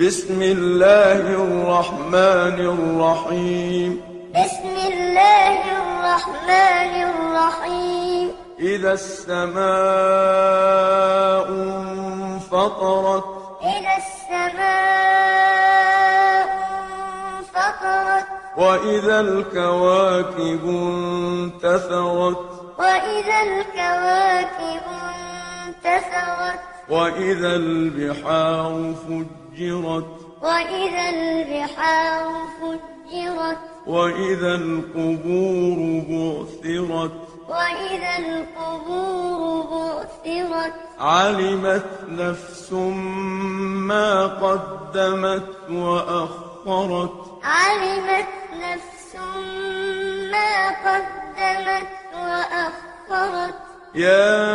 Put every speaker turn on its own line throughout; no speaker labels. بسم الله الرحمن الرحيم
بسم الله الرحمن الرحيم
إذا السماء انفطرت
إذا السماء انفطرت
وإذا الكواكب انتثرت
وإذا الكواكب انتثرت
وإذا البحار فجرت
وإذا البحار فجرت
وإذا القبور بعثرت
وإذا القبور بعثرت
علمت نفس ما قدمت وأخرت
علمت نفس ما قدمت وأخرت
يا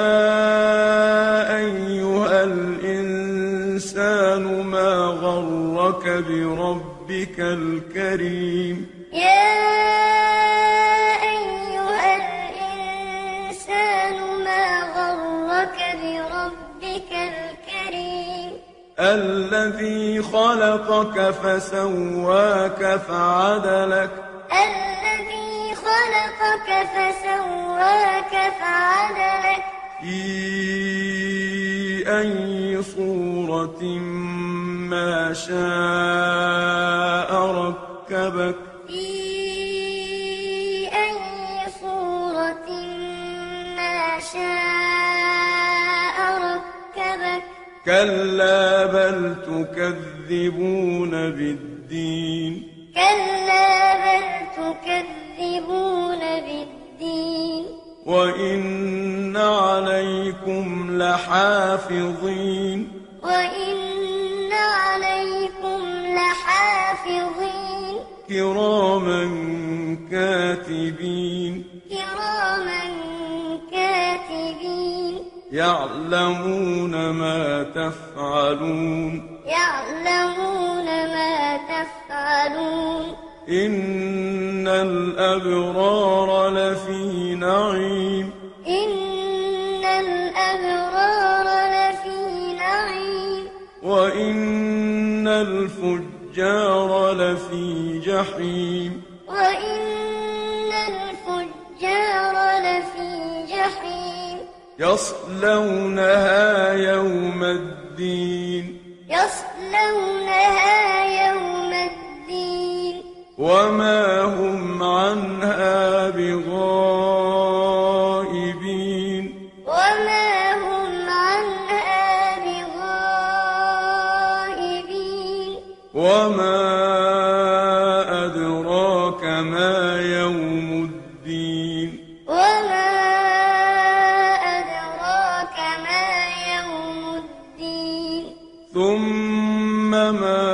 أيها الإنسان ما غرك بربك الكريم
يا أيها الإنسان ما غرك بربك الكريم
الذي خلقك فسواك فعدلك
الذي خلقك فسواك فعدلك
في أي صورة ما شاء ركبك
في أي صورة ما شاء ركبك
كلا بل تكذبون بالدين
كلا بل تكذبون بالدين
وإن عليكم لحافظين
وإن عليكم لحافظين
كراما كاتبين
كراما كاتبين
يعلمون ما تفعلون
يعلمون ما تفعلون
إن الأبرار لفي نعيم
إن الأبرار لفي نعيم
وإن الفجار لفي جحيم
وإن الفجار لفي جحيم
يصلونها يوم الدين
يصلونها يوم الدين
وما هم عنها بغائبين
وما هم عنها بغائبين
وما أدراك ما يوم الدين
وما أدراك ما يوم الدين
ثم ما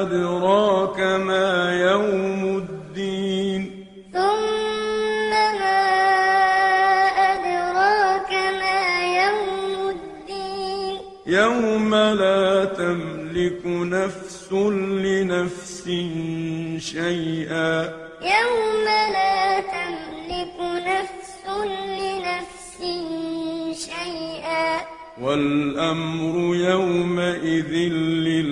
أدراك ما يوم الدين
ثم ما أدراك ما يوم الدين
يوم لا تملك نفس لنفس شيئا
يوم لا تملك نفس لنفس شيئا
والأمر يومئذ